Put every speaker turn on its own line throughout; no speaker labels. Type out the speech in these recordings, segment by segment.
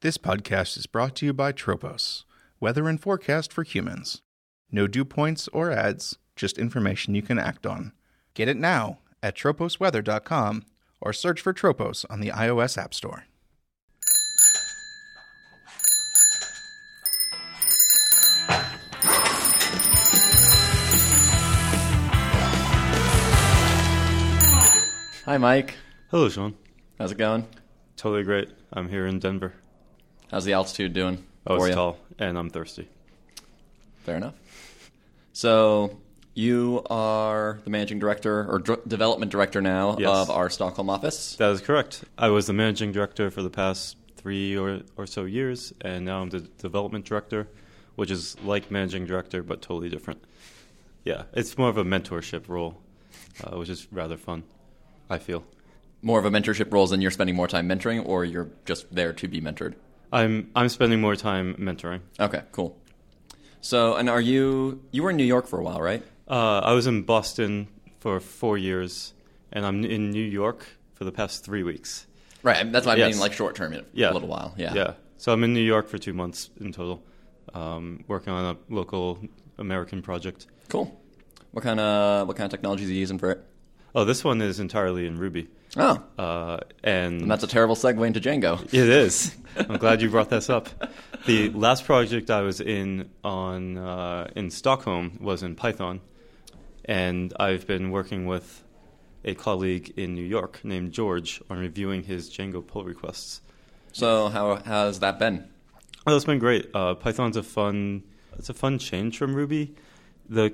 This podcast is brought to you by Tropos, weather and forecast for humans. No dew points or ads, just information you can act on. Get it now at troposweather.com or search for Tropos on the iOS App Store.
Hi, Mike.
Hello, Sean.
How's it going?
Totally great. I'm here in Denver.
How's the altitude doing?
I
for
was
you?
tall, and I'm thirsty.
Fair enough. So, you are the managing director or dr- development director now
Yes.
of our Stockholm office.
That is correct. I was the managing director for the past three or, or so years, and now I'm the development director, which is like managing director, but totally different. Yeah, it's more of a mentorship role, uh, which is rather fun, I feel.
More of a mentorship role than you're spending more time mentoring, or you're just there to be mentored.
I'm, I'm spending more time mentoring.
Okay, cool. So, and are you you were in New York for a while, right?
Uh, I was in Boston for four years, and I'm in New York for the past three weeks.
Right. I mean, that's what I
Yes.
mean, like short term, a
yeah.
little while. Yeah.
Yeah. So I'm in New York for two months in total, um, working on a local American project.
Cool. What kind of what kind of technologies are you using for it?
Oh, this one is entirely in Ruby.
Oh,
Uh, and,
and that's a terrible segue into Django.
it is. I'm glad you brought this up. The last project I was in on uh, in Stockholm was in Python, and I've been working with a colleague in New York named George on reviewing his Django pull requests.
So, how how's that been?
Oh, that's been great. Uh, Python's a fun. It's a fun change from Ruby. The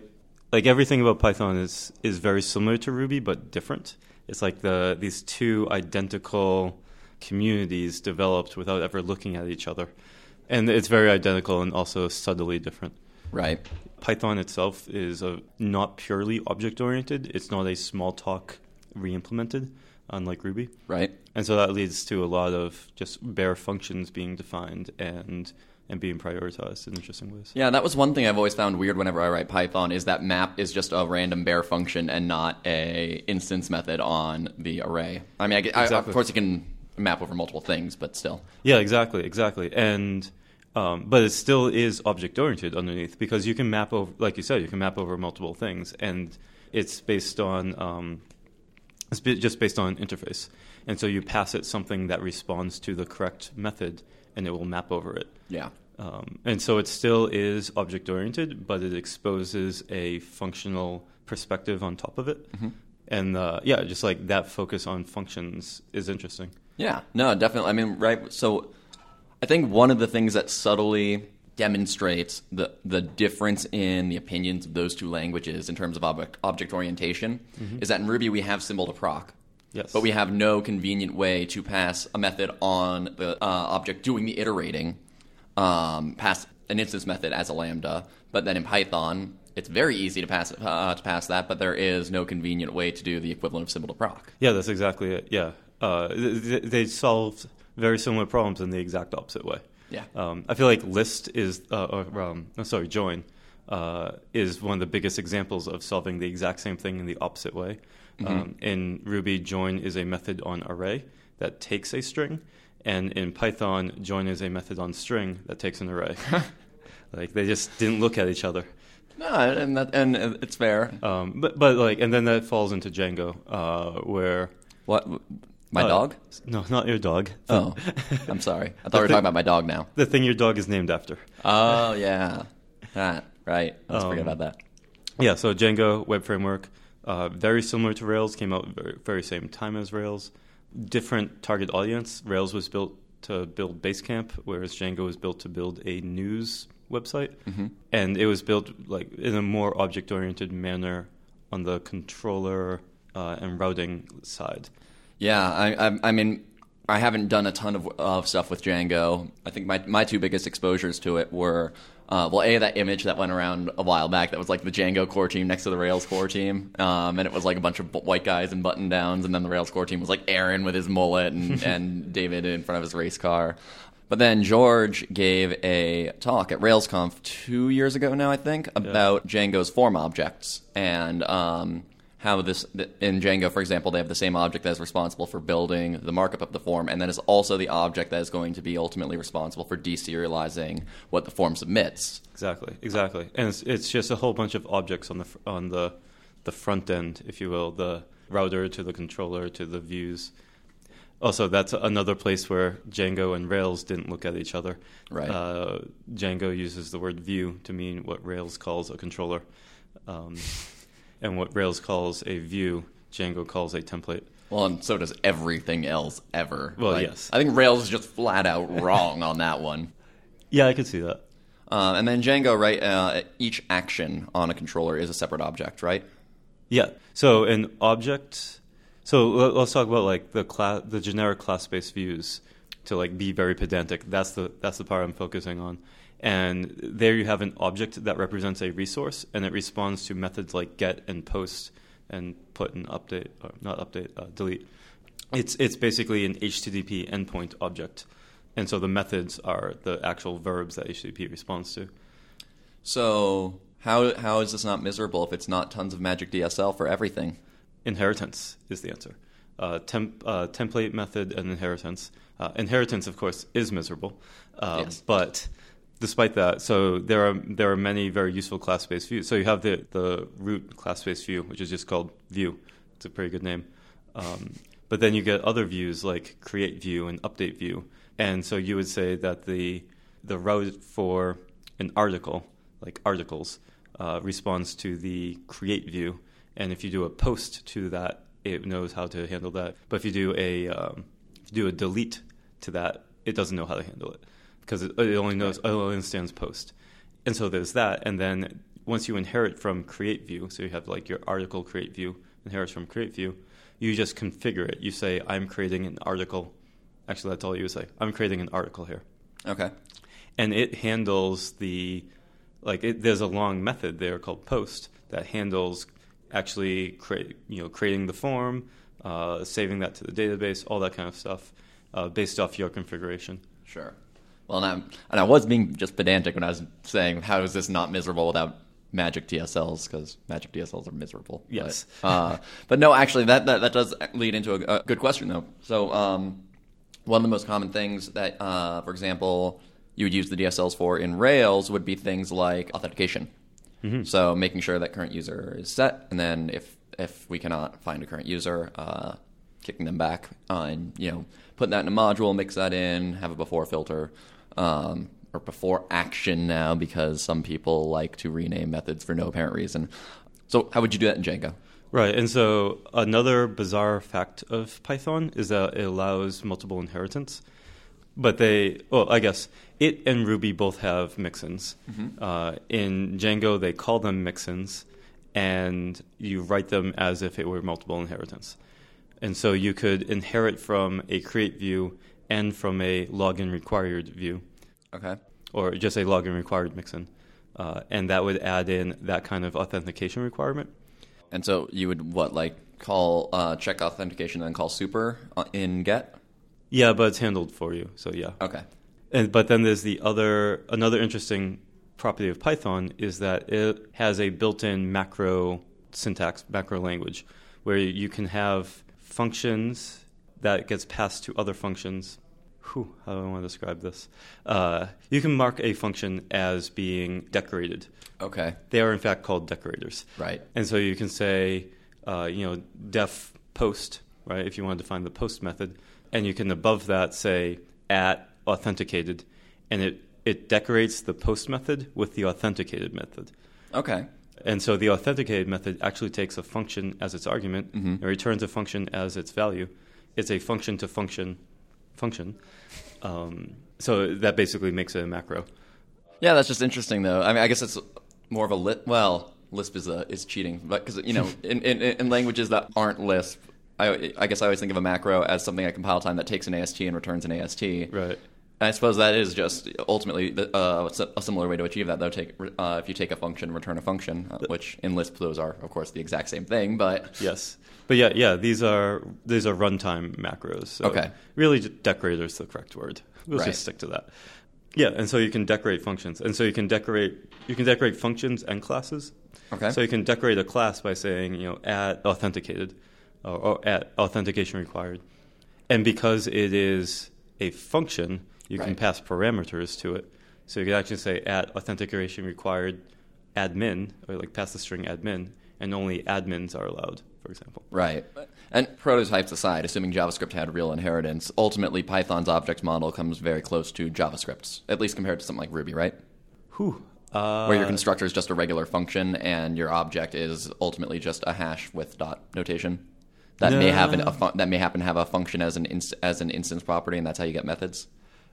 like everything about Python is is very similar to Ruby but different. It's like the these two identical communities developed without ever looking at each other, and it's very identical and also subtly different.
Right.
Python itself is a, not purely object oriented. It's not a small talk re-implemented, unlike Ruby.
Right.
And so that leads to a lot of just bare functions being defined and and being prioritized in interesting ways.
Yeah, that was one thing I've always found weird whenever I write Python is that map is just a random bare function and not a instance method on the array. I mean, I, get- I-
Exactly.
of course you can map over multiple things, but still.
Yeah, exactly, exactly. And um, but it still is object oriented underneath because you can map over, like you said, you can map over multiple things, and it's based on um, it's bi- just based on interface. And so you pass it something that responds to the correct method, and it will map over it.
Yeah.
Um, and so it still is object oriented, but it exposes a functional perspective on top of it.
Mm-hmm.
And uh, yeah, just like that focus on functions is interesting.
Yeah. No, definitely. I mean, right. So I think one of the things that subtly demonstrates the the difference in the opinions of those two languages in terms of object, object orientation is that in Ruby we have symbol to proc.
Yes.
But we have no convenient way to pass a method on the uh, object doing the iterating, um, pass an instance method as a lambda. But then in Python, it's very easy to pass uh, to pass that, but there is no convenient way to do the equivalent of symbol to proc.
Yeah, that's exactly it. Yeah. Uh, th- th- they solved very similar problems in the exact opposite way.
Yeah.
Um, I feel like list is, uh, or, um, no, sorry, join uh, is one of the biggest examples of solving the exact same thing in the opposite way.
Mm-hmm.
Um, in Ruby, join is a method on array that takes a string, and in Python, join is a method on string that takes an array. like they just didn't look at each other.
No, and that, and it's fair.
Um, but but like, and then that falls into Django, uh, where
What? My
uh,
dog?
No, not your dog. Uh,
Oh, I'm sorry. I thought we were talking about my dog now.
the thing your dog is named after.
Oh yeah, that right. Let's forget
Um,
about that.
Yeah, so Django web framework, uh, very similar to Rails, came out very, very same time as Rails. Different target audience. Rails was built to build Basecamp, whereas Django was built to build a news website, and it was built like in a more object-oriented manner on the controller uh, and routing side.
Yeah, I, I, I mean, I haven't done a ton of, of stuff with Django. I think my my two biggest exposures to it were, uh, well, a that image that went around a while back that was like the Django core team next to the Rails core team, um, and it was like a bunch of bu- white guys in button downs, and then the Rails core team was like Aaron with his mullet and, and David in front of his race car. But then George gave a talk at RailsConf two years ago now, I think, about Django's form objects and um, how this in Django, for example, they have the same object that is responsible for building the markup of the form, and that is also the object that is going to be ultimately responsible for deserializing what the form submits.
Exactly, exactly. And it's, it's just a whole bunch of objects on the fr- on the the front end, if you will, the router to the controller to the views. Also, that's another place where Django and Rails didn't look at each other.
Right.
Uh, Django uses the word view to mean what Rails calls a controller, um, and what Rails calls a view, Django calls a template.
Well, and so does everything else ever.
Well,
Like,
yes.
I think Rails is just flat out wrong on that one.
Yeah, I could see that.
Um, and then Django, right? Uh, each action on a controller is a separate object, right?
Yeah. So an object. So le- let's talk about like the class, the generic class-based views. To like be very pedantic. That's the that's the part I'm focusing on. And there you have an object that represents a resource, and it responds to methods like get and post and put and update, or not update, uh, delete. It's it's basically an HTTP endpoint object, and so the methods are the actual verbs that HTTP responds to.
So how how is this not miserable if it's not tons of Magic DSL for everything?
Inheritance is the answer. Uh, temp, uh, template method and inheritance. Uh, inheritance, of course, is miserable, uh,
Yes.
but despite that, so there are there are many very useful class-based views. So you have the the root class-based view, which is just called view. It's a pretty good name. Um, but then you get other views like create view and update view, and so you would say that the the route for an article, like articles, uh, responds to the create view, and if you do a post to that, it knows how to handle that. But if you do a um, if you do a delete to that, it doesn't know how to handle it because it, it only knows it only understands post, and so there's that. And then once you inherit from create view, so you have like your article create view inherits from create view, you just configure it. You say I'm creating an article. Actually, that's all you would say. I'm creating an article here
Okay.
and it handles the like it, there's a long method there called post that handles actually create you know creating the form uh, saving that to the database all that kind of stuff uh, based off your configuration
Sure. Well, and, I'm, and I was being just pedantic when I was saying how is this not miserable without Magic DSLs because Magic DSLs are miserable.
Yes.
But, uh, but no, actually, that, that that does lead into a, a good question though. So um, one of the most common things that, uh, for example, you would use the DSLs for in Rails would be things like authentication. So making sure that current user is set, and then if if we cannot find a current user, uh, kicking them back, uh, and you know putting that in a module, mix that in, have a before filter, um, or before action now because some people like to rename methods for no apparent reason. So how would you do that in Django?
right and so another bizarre fact of python is that it allows multiple inheritance but they well i guess it and ruby both have mixins uh, in django they call them mixins and you write them as if it were multiple inheritance and so you could inherit from a create view and from a login required view
Okay.
or just a login required mixin uh, and that would add in that kind of authentication requirement
And so you would what like call uh, check authentication and then call super uh, in get.
yeah but it's handled for you so yeah
Okay.
And but then there's the other another interesting property of Python is that it has a built-in macro syntax, macro language, where you can have functions that gets passed to other functions. Whew, how do I want to describe this? Uh, you can mark a function as being decorated.
Okay.
They are in fact called decorators.
Right.
And so you can say, uh, you know, def post, right? If you want to define the post method, and you can above that say at authenticated, and it it decorates the post method with the authenticated method.
Okay.
And so the authenticated method actually takes a function as its argument and returns a function as its value. It's a function to function function. Um, so that basically makes it a macro.
Yeah, that's just interesting, though. I mean, I guess it's more of a lit. Well, Lisp is a, is cheating, but because you know, in, in in languages that aren't Lisp, I I guess I always think of a macro as something at compile time that takes an AST and returns an AST.
Right.
And I suppose that is just ultimately the, uh, s- a similar way to achieve that, though. Take uh, if you take a function, return a function, uh, which in Lisp those are, of course, the exact same thing. But
Yes, but yeah, yeah. These are these are runtime macros. So
Okay.
Really, j- decorator is the correct word. We'll
Right.
just stick to that. Yeah, and so you can decorate functions, and so you can decorate you can decorate functions and classes
Okay.
So you can decorate a class by saying, you know, at authenticated or, or at authentication required. And because it is a function, you can
Right.
pass parameters to it. So you could actually say at authentication required admin or like pass the string admin and only admins are allowed, for example.
Right. And prototypes aside, assuming JavaScript had real inheritance, ultimately Python's object model comes very close to JavaScript's, at least compared to something like Ruby, right?
Whew. Uh,
Where your constructor is just a regular function and your object is ultimately just a hash with dot notation. That may happen. A fun- that may happen to have a function as an inst- as an instance property, and that's how you get methods.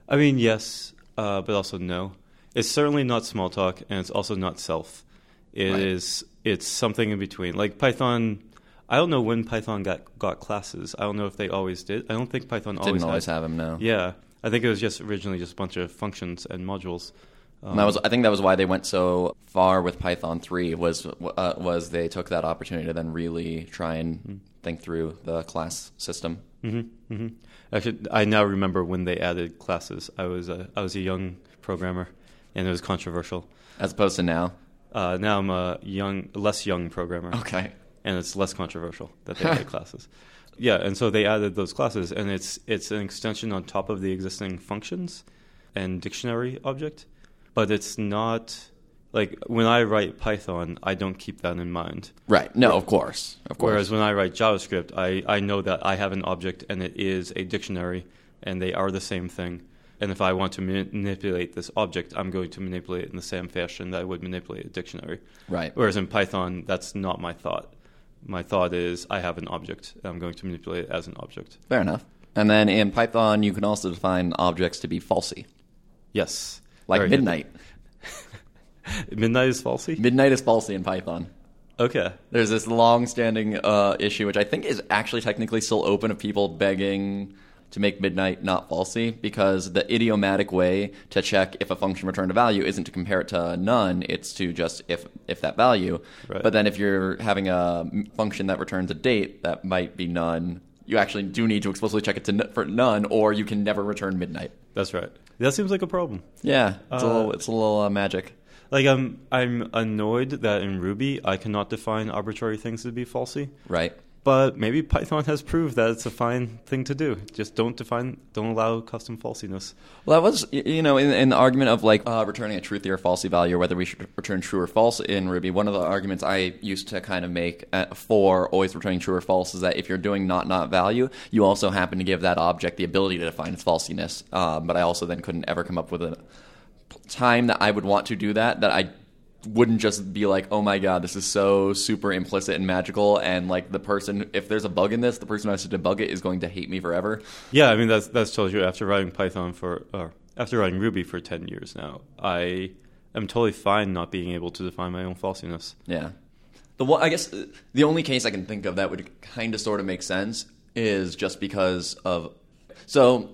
I mean, yes, uh, but also no. It's certainly not small talk, and it's also not self. It is.
Right.
It's something in between. Like Python. I don't know when Python got got classes. I don't know if they always did. I don't think Python
Didn't
always,
always
had.
have them. No.
Yeah, I think it was just originally just a bunch of functions and modules.
And that
Um,
was, I think that was why they went so far with Python 3 was uh, was they took that opportunity to then really try and think through the class system.
hmm Actually, I now remember when they added classes. I was a, I was a young programmer, and it was controversial.
As opposed to now.
Uh, now I'm a young, less young programmer.
Okay.
and it's less controversial that they add classes. Yeah, and so they added those classes, and it's it's an extension on top of the existing functions and dictionary object, but it's not like when I write Python, I don't keep that in mind.
Right. No, of course. Of course.
Whereas when I write JavaScript, I, I know that I have an object and it is a dictionary, and they are the same thing. And if I want to mani- manipulate this object, I'm going to manipulate it in the same fashion that I would manipulate a dictionary.
right.
Whereas in Python, that's not my thought. My thought is I have an object. and I'm going to manipulate it as an object.
Fair enough. And then in Python, you can also define objects to be falsy,
Yes.
like
Very good.
midnight.
Midnight is falsy?
Midnight is falsy in Python.
okay.
There's this long-standing uh, issue, which I think is actually technically still open, of people begging to make midnight not falsy, because the idiomatic way to check if a function returned a value isn't to compare it to none; it's to just if if that value.
Right.
But then if you're having a m- function that returns a date that might be none, you actually do need to explicitly check it to n- for none, or you can never return midnight.
That's right. That seems like a problem.
Yeah, it's a
Uh,
little it's a little uh, magic.
Like I'm I'm annoyed that in Ruby I cannot define arbitrary things to be falsy.
Right.
But maybe Python has proved that it's a fine thing to do. Just don't define don't allow custom falsiness.
Well, that was, y- you know, in, in the argument of like uh, returning a truthy or falsy value, or whether we should return true or false in Ruby, one of the arguments I used to kind of make uh, for always returning true or false is that if you're doing not not value, you also happen to give that object the ability to define its falsiness. Um, but I also then couldn't ever come up with a p- time that I would want to do that, that I wouldn't just be like, oh my god, this is so super implicit and magical, and like the person, if there's a bug in this, the person who has to debug it is going to hate me forever.
Yeah, I mean that's that's told you after writing Python for or after writing Ruby for ten years now, I am totally fine not being able to define my own falsiness.
Yeah. The one, I guess uh, the only case I can think of that would kind of sort of make sense is just because of. So,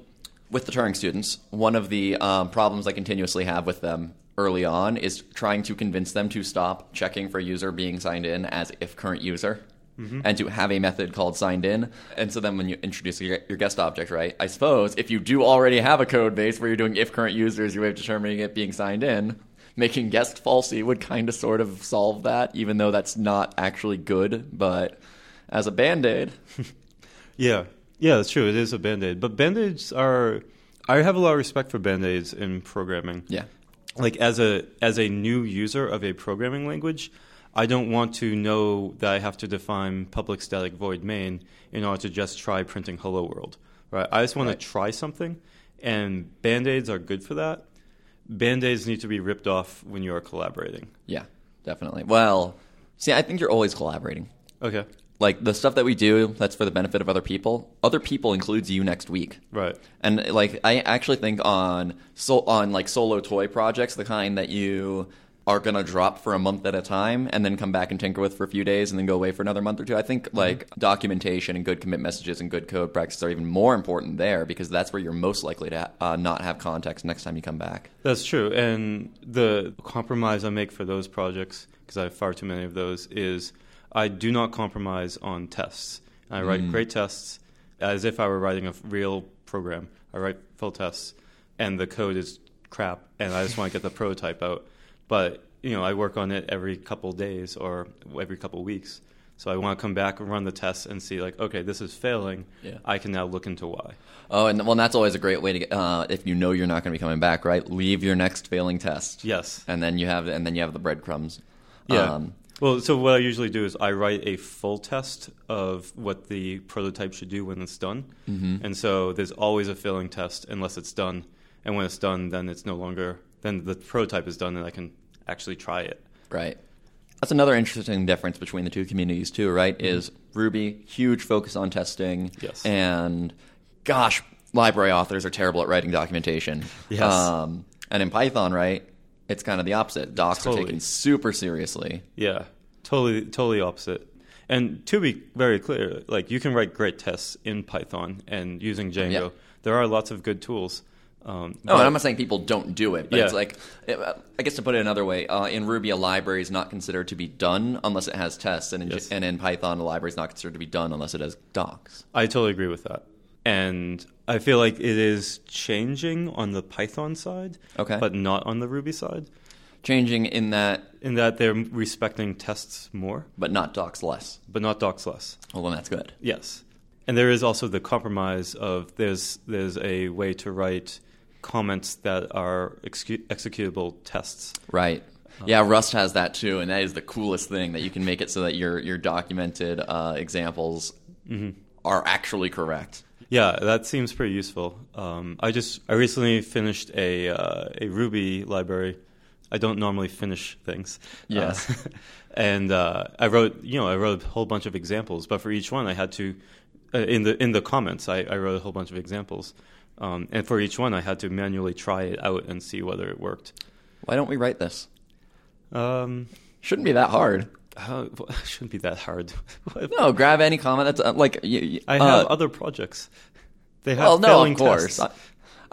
with the Turing students, one of the um, problems I continuously have with them early on is trying to convince them to stop checking for user being signed in as if current user. And to have a method called signed in. And so then when you introduce your, your guest object, right? I suppose if you do already have a code base where you're doing if current user is your way of determining it being signed in, making guest falsy would kind of sort of solve that, even though that's not actually good. But as a band aid,
Yeah. Yeah, that's true. It is a band aid. But band aids are I have a lot of respect for band aids in programming.
yeah,
like as a as a new user of a programming language, I don't want to know that I have to define public static void main in order to just try printing hello world. Right? I just want
Right.
to try something, and band aids are good for that. Band aids need to be ripped off when you are collaborating.
yeah, definitely. Well, see, I think you're always collaborating.
Okay,
Like the stuff that we do, that's for the benefit of other people. Other people includes you next week.
right.
And like I actually think on so on like solo toy projects, the kind that you are gonna drop for a month at a time and then come back and tinker with for a few days and then go away for another month or two. I think like documentation and good commit messages and good code practice are even more important there because that's where you're most likely to uh, not have context next time you come back.
That's true. And the compromise I make for those projects, because I have far too many of those, is I do not compromise on tests. I write great tests as if I were writing a f- real program. I write full tests, and the code is crap, and I just want to get the prototype out. But you know, I work on it every couple days or every couple weeks. So I want to come back and run the tests and see, like, okay, this is failing.
Yeah.
I can now look into why.
Oh, and well, and that's always a great way to get- uh, if you know you're not going to be coming back, right? Leave your next failing test,
Yes.
and then you have and then you have the breadcrumbs. Um,
Yeah. well, so what I usually do is I write a full test of what the prototype should do when it's done. Mm-hmm. And so there's always a failing test unless it's done. And when it's done, then it's no longer, then the prototype is done and I can actually try it.
Right. That's another interesting difference between the two communities too, right? Is Ruby huge focus on testing?
Mm-hmm. Yes.
And gosh, library authors are terrible at writing documentation.
Yes.
Um, and in Python, right, it's kind of the opposite. Docs are
Totally.
taken super seriously.
Yeah, totally, totally opposite. And to be very clear, like you can write great tests in Python and using Django.
Yeah.
There are lots of good tools. Um,
No, and I'm not saying people don't do it, but it's
Yeah.
like, I guess to put it another way, uh, in Ruby, a library is not considered to be done unless it has tests, and in,
Yes.
and in Python, a library is not considered to be done unless it has docs.
I totally agree with that. And I feel like it is changing on the Python side,
Okay.
but not on the Ruby side,
Changing in that,
in that they're respecting tests more,
but not docs less.
but not docs less.
Well, then that's good.
Yes, and there is also the compromise of there's there's a way to write comments that are execu- executable tests.
Right.
Uh-huh.
Yeah, Rust has that too, and that is the coolest thing that you can make it so that your your documented uh, examples
Mm-hmm.
are actually correct.
Yeah, that seems pretty useful. Um, I just I recently finished a uh, a Ruby library. I don't normally finish things.
Yes.
Uh, and uh, I wrote you know I wrote a whole bunch of examples, but for each one I had to uh, in the in the comments I, I wrote a whole bunch of examples, um, and for each one I had to manually try it out and see whether it worked.
Why don't we write this?
Um,
Shouldn't be that hard.
how, it shouldn't be that hard.
No, grab any comment that's uh, like you, you-
I have
uh,
other projects. They have
Well, no,
failing
of course.
tests.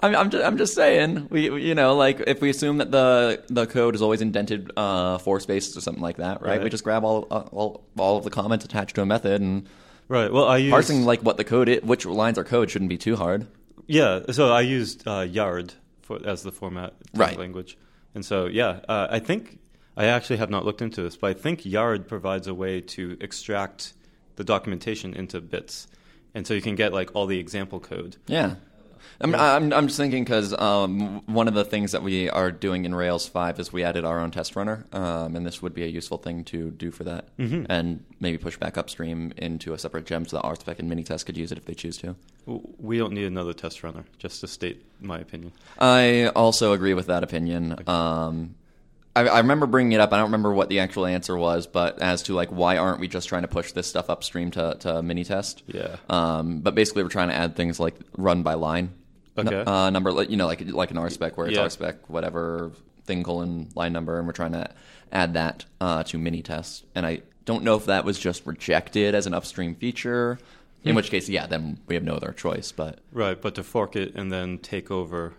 I, am I'm just, I'm just saying we, we- you know like if we assume that the the code is always indented uh, four spaces or something like that, right? We
Right.
just grab all, uh, all all of the comments attached to a method and
Right. Well, I use
parsing like what the code is, which lines are code shouldn't be too hard.
Yeah, so I used uh, Yard for, as the format for the
Right.
language, and so yeah, uh, I think I actually have not looked into this, but I think Yard provides a way to extract the documentation into bits, and so you can get like all the example code.
Yeah. I'm, I'm, I'm just thinking because um, one of the things that we are doing in Rails 5 is we added our own test runner, um, and this would be a useful thing to do for that, and maybe push back upstream into a separate gem so that RSpec and Minitest could use it if they choose to.
W- We don't need another test runner, just to state my opinion.
I also agree with that opinion. Um, I, I remember bringing it up. I don't remember what the actual answer was, but as to like why aren't we just trying to push this stuff upstream to, to Minitest?
Yeah.
Um, but basically, we're trying to add things like run by line. N-
Okay.
uh, number, like- you know, like like an R spec where it's
Yeah.
R spec whatever thing colon line number, and we're trying to add that uh, to mini test. And I don't know if that was just rejected as an upstream feature.
Hmm.
In which case, yeah, then we have no other choice. But
Right, but to fork it and then take over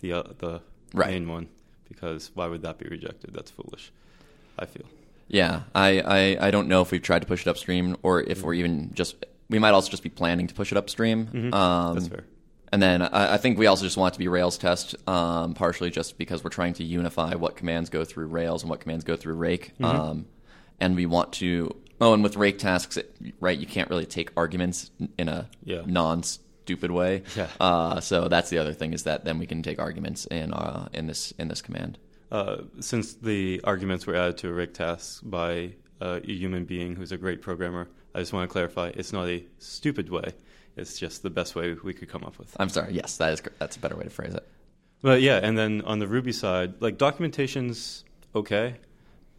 the uh, the
Right.
main one because why would that be rejected? That's foolish. I feel.
yeah, I, I, I don't know if we've tried to push it upstream or if
Hmm.
we're even just we might also just be planning to push it upstream.
Mm-hmm.
Um,
That's fair.
And then I, I think we also just want it to be Rails test, um, partially just because we're trying to unify what commands go through Rails and what commands go through Rake.
Mm-hmm.
Um, and we want to. Oh, and with Rake tasks, it, right? You can't really take arguments in a
Yeah.
non-stupid way.
Yeah.
Uh, so that's the other thing is that then we can take arguments in uh, in this in this command.
Uh, since the arguments were added to a rig task by uh, a human being who's a great programmer, I just want to clarify it's not a stupid way. It's just the best way we could come up with.
I'm sorry. Yes, that is cor- that's a better way to phrase it.
But yeah, and then on the Ruby side, like documentation's okay.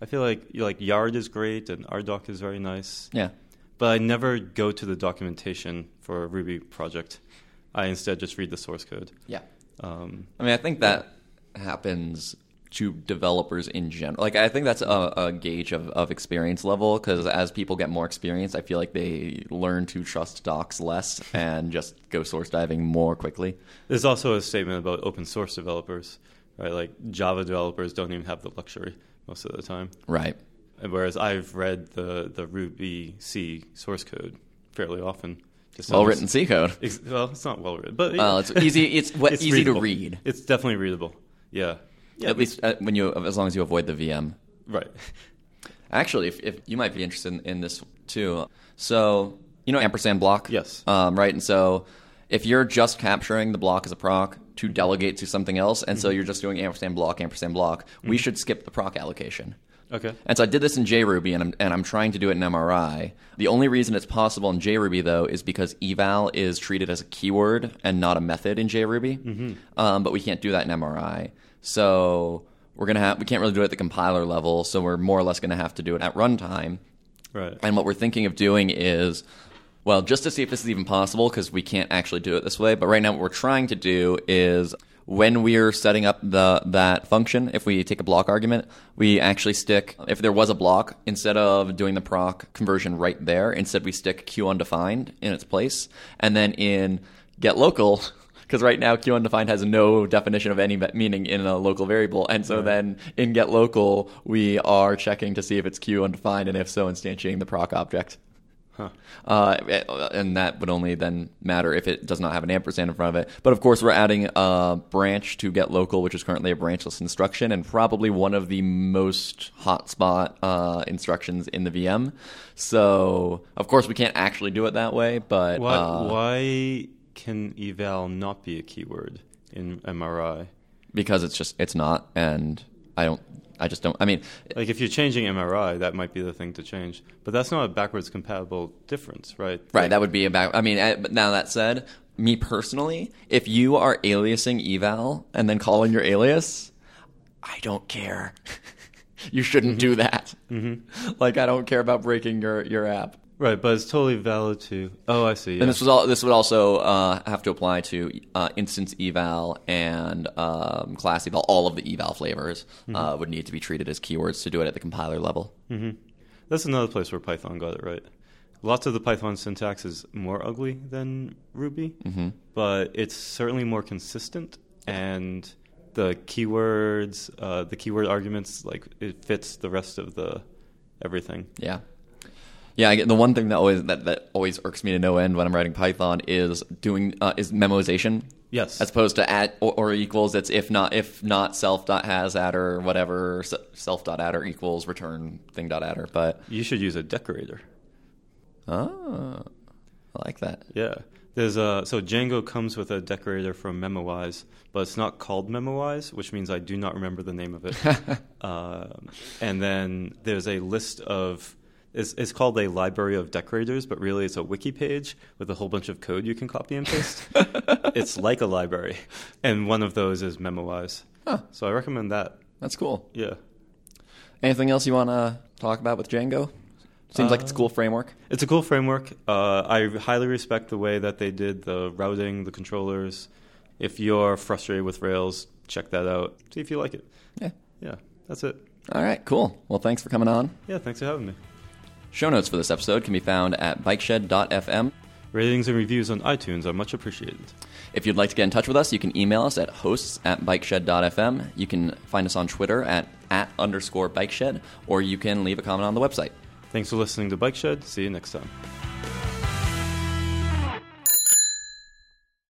I feel like like Yard is great and RDoc is very nice.
Yeah.
But I never go to the documentation for a Ruby project. I instead just read the source code.
Yeah.
Um,
I mean, I think that happens to developers in general. Like, I think that's a, a gauge of, of experience level because as people get more experience, I feel like they learn to trust docs less and just go source diving more quickly.
There's also a statement about open source developers, right? Like Java developers don't even have the luxury most of the time.
Right.
And Whereas I've read the, the Ruby C source code fairly often. Just
Well written C code.
Ex- well, it's not well written, but
Well, it's easy- it's we- easy to
readable.
read.
It's definitely readable. Yeah.
At least uh, when you, as long as you avoid the VM.
Right.
Actually, if, if you might be interested in, in this too. So you know ampersand block.
Yes.
Um, right, and so if you're just capturing the block as a proc to delegate to something else, and so you're just doing ampersand block, ampersand block, we should skip the proc allocation.
Okay.
And so I did this in JRuby, and I'm, and I'm trying to do it in MRI. The only reason it's possible in JRuby, though, is because eval is treated as a keyword and not a method in JRuby. Um, but we can't do that in MRI. So we're gonna have we can't really do it at the compiler level. So we're more or less gonna have to do it at runtime.
Right.
And what we're thinking of doing is, well, just to see if this is even possible, because we can't actually do it this way. But right now, what we're trying to do is when we're setting up the that function, if we take a block argument, we actually stick if there was a block instead of doing the proc conversion right there, instead we stick q undefined in its place, and then in get local. Because right now q undefined has no definition of any me- meaning in a local variable, and so then in get local we are checking to see if it's q undefined, and if so, instantiating the proc object.
Huh.
Uh, and that would only then matter if it does not have an ampersand in front of it. But of course, we're adding a branch to get local, which is currently a branchless instruction and probably one of the most hotspot uh, instructions in the VM. So, of course, we can't actually do it that way, but
Why,
uh,
why can eval not be a keyword in MRI?
because it's just it's not, and I don't, I just don't. I mean,
Like if you're changing MRI, that might be the thing to change. But that's not a backwards compatible difference, right?
Right, that would be about. I mean, I- but now that said, me personally, if you are aliasing eval and then calling your alias, I don't care. you shouldn't do that. Like, I don't care about breaking your your app.
Right, but it's totally valid to. Oh, I see. Yeah.
And this was all. This would also uh, have to apply to uh, instance eval and um, class eval. All of the eval flavors uh, would need to be treated as keywords to do it at the compiler level.
That's another place where Python got it right. Lots of the Python syntax is more ugly than Ruby, but it's certainly more consistent, and the keywords, uh, the keyword arguments, like it fits the rest of the everything.
Yeah. Yeah, I get, the one thing that always that, that always irks me to no end when I'm writing Python is doing uh, is memoization
Yes,
as opposed to at or, or equals. It's if not if not self dot has at or whatever se- self dot at or equals return thing dot at or. But
you should use a decorator.
oh, I like that.
Yeah. There's a so Django comes with a decorator from Memoize, but it's not called Memoize, which means I do not remember the name of it. um, and then there's a list of it's, it's called a library of decorators, but really it's a wiki page with a whole bunch of code you can copy and paste. it's like a library, and one of those is Memoize.
Huh.
So I recommend that.
That's cool.
Yeah,
Anything else you want to talk about with Django? Seems like it's a cool framework.
it's a cool framework. Uh, I highly respect the way that they did the routing, the controllers. If you're frustrated with Rails, check that out. See if you like it.
Yeah.
Yeah, that's it.
All right. Cool. Well, thanks for coming on.
Yeah, thanks for having me.
Show notes for this episode can be found at bikeshed.fm.
Ratings and reviews on iTunes are much appreciated.
If you'd like to get in touch with us, you can email us at hosts at bikeshed.fm. You can find us on Twitter at, at underscore bikeshed, or you can leave a comment on the website.
Thanks for listening to Bike Shed. See you next time.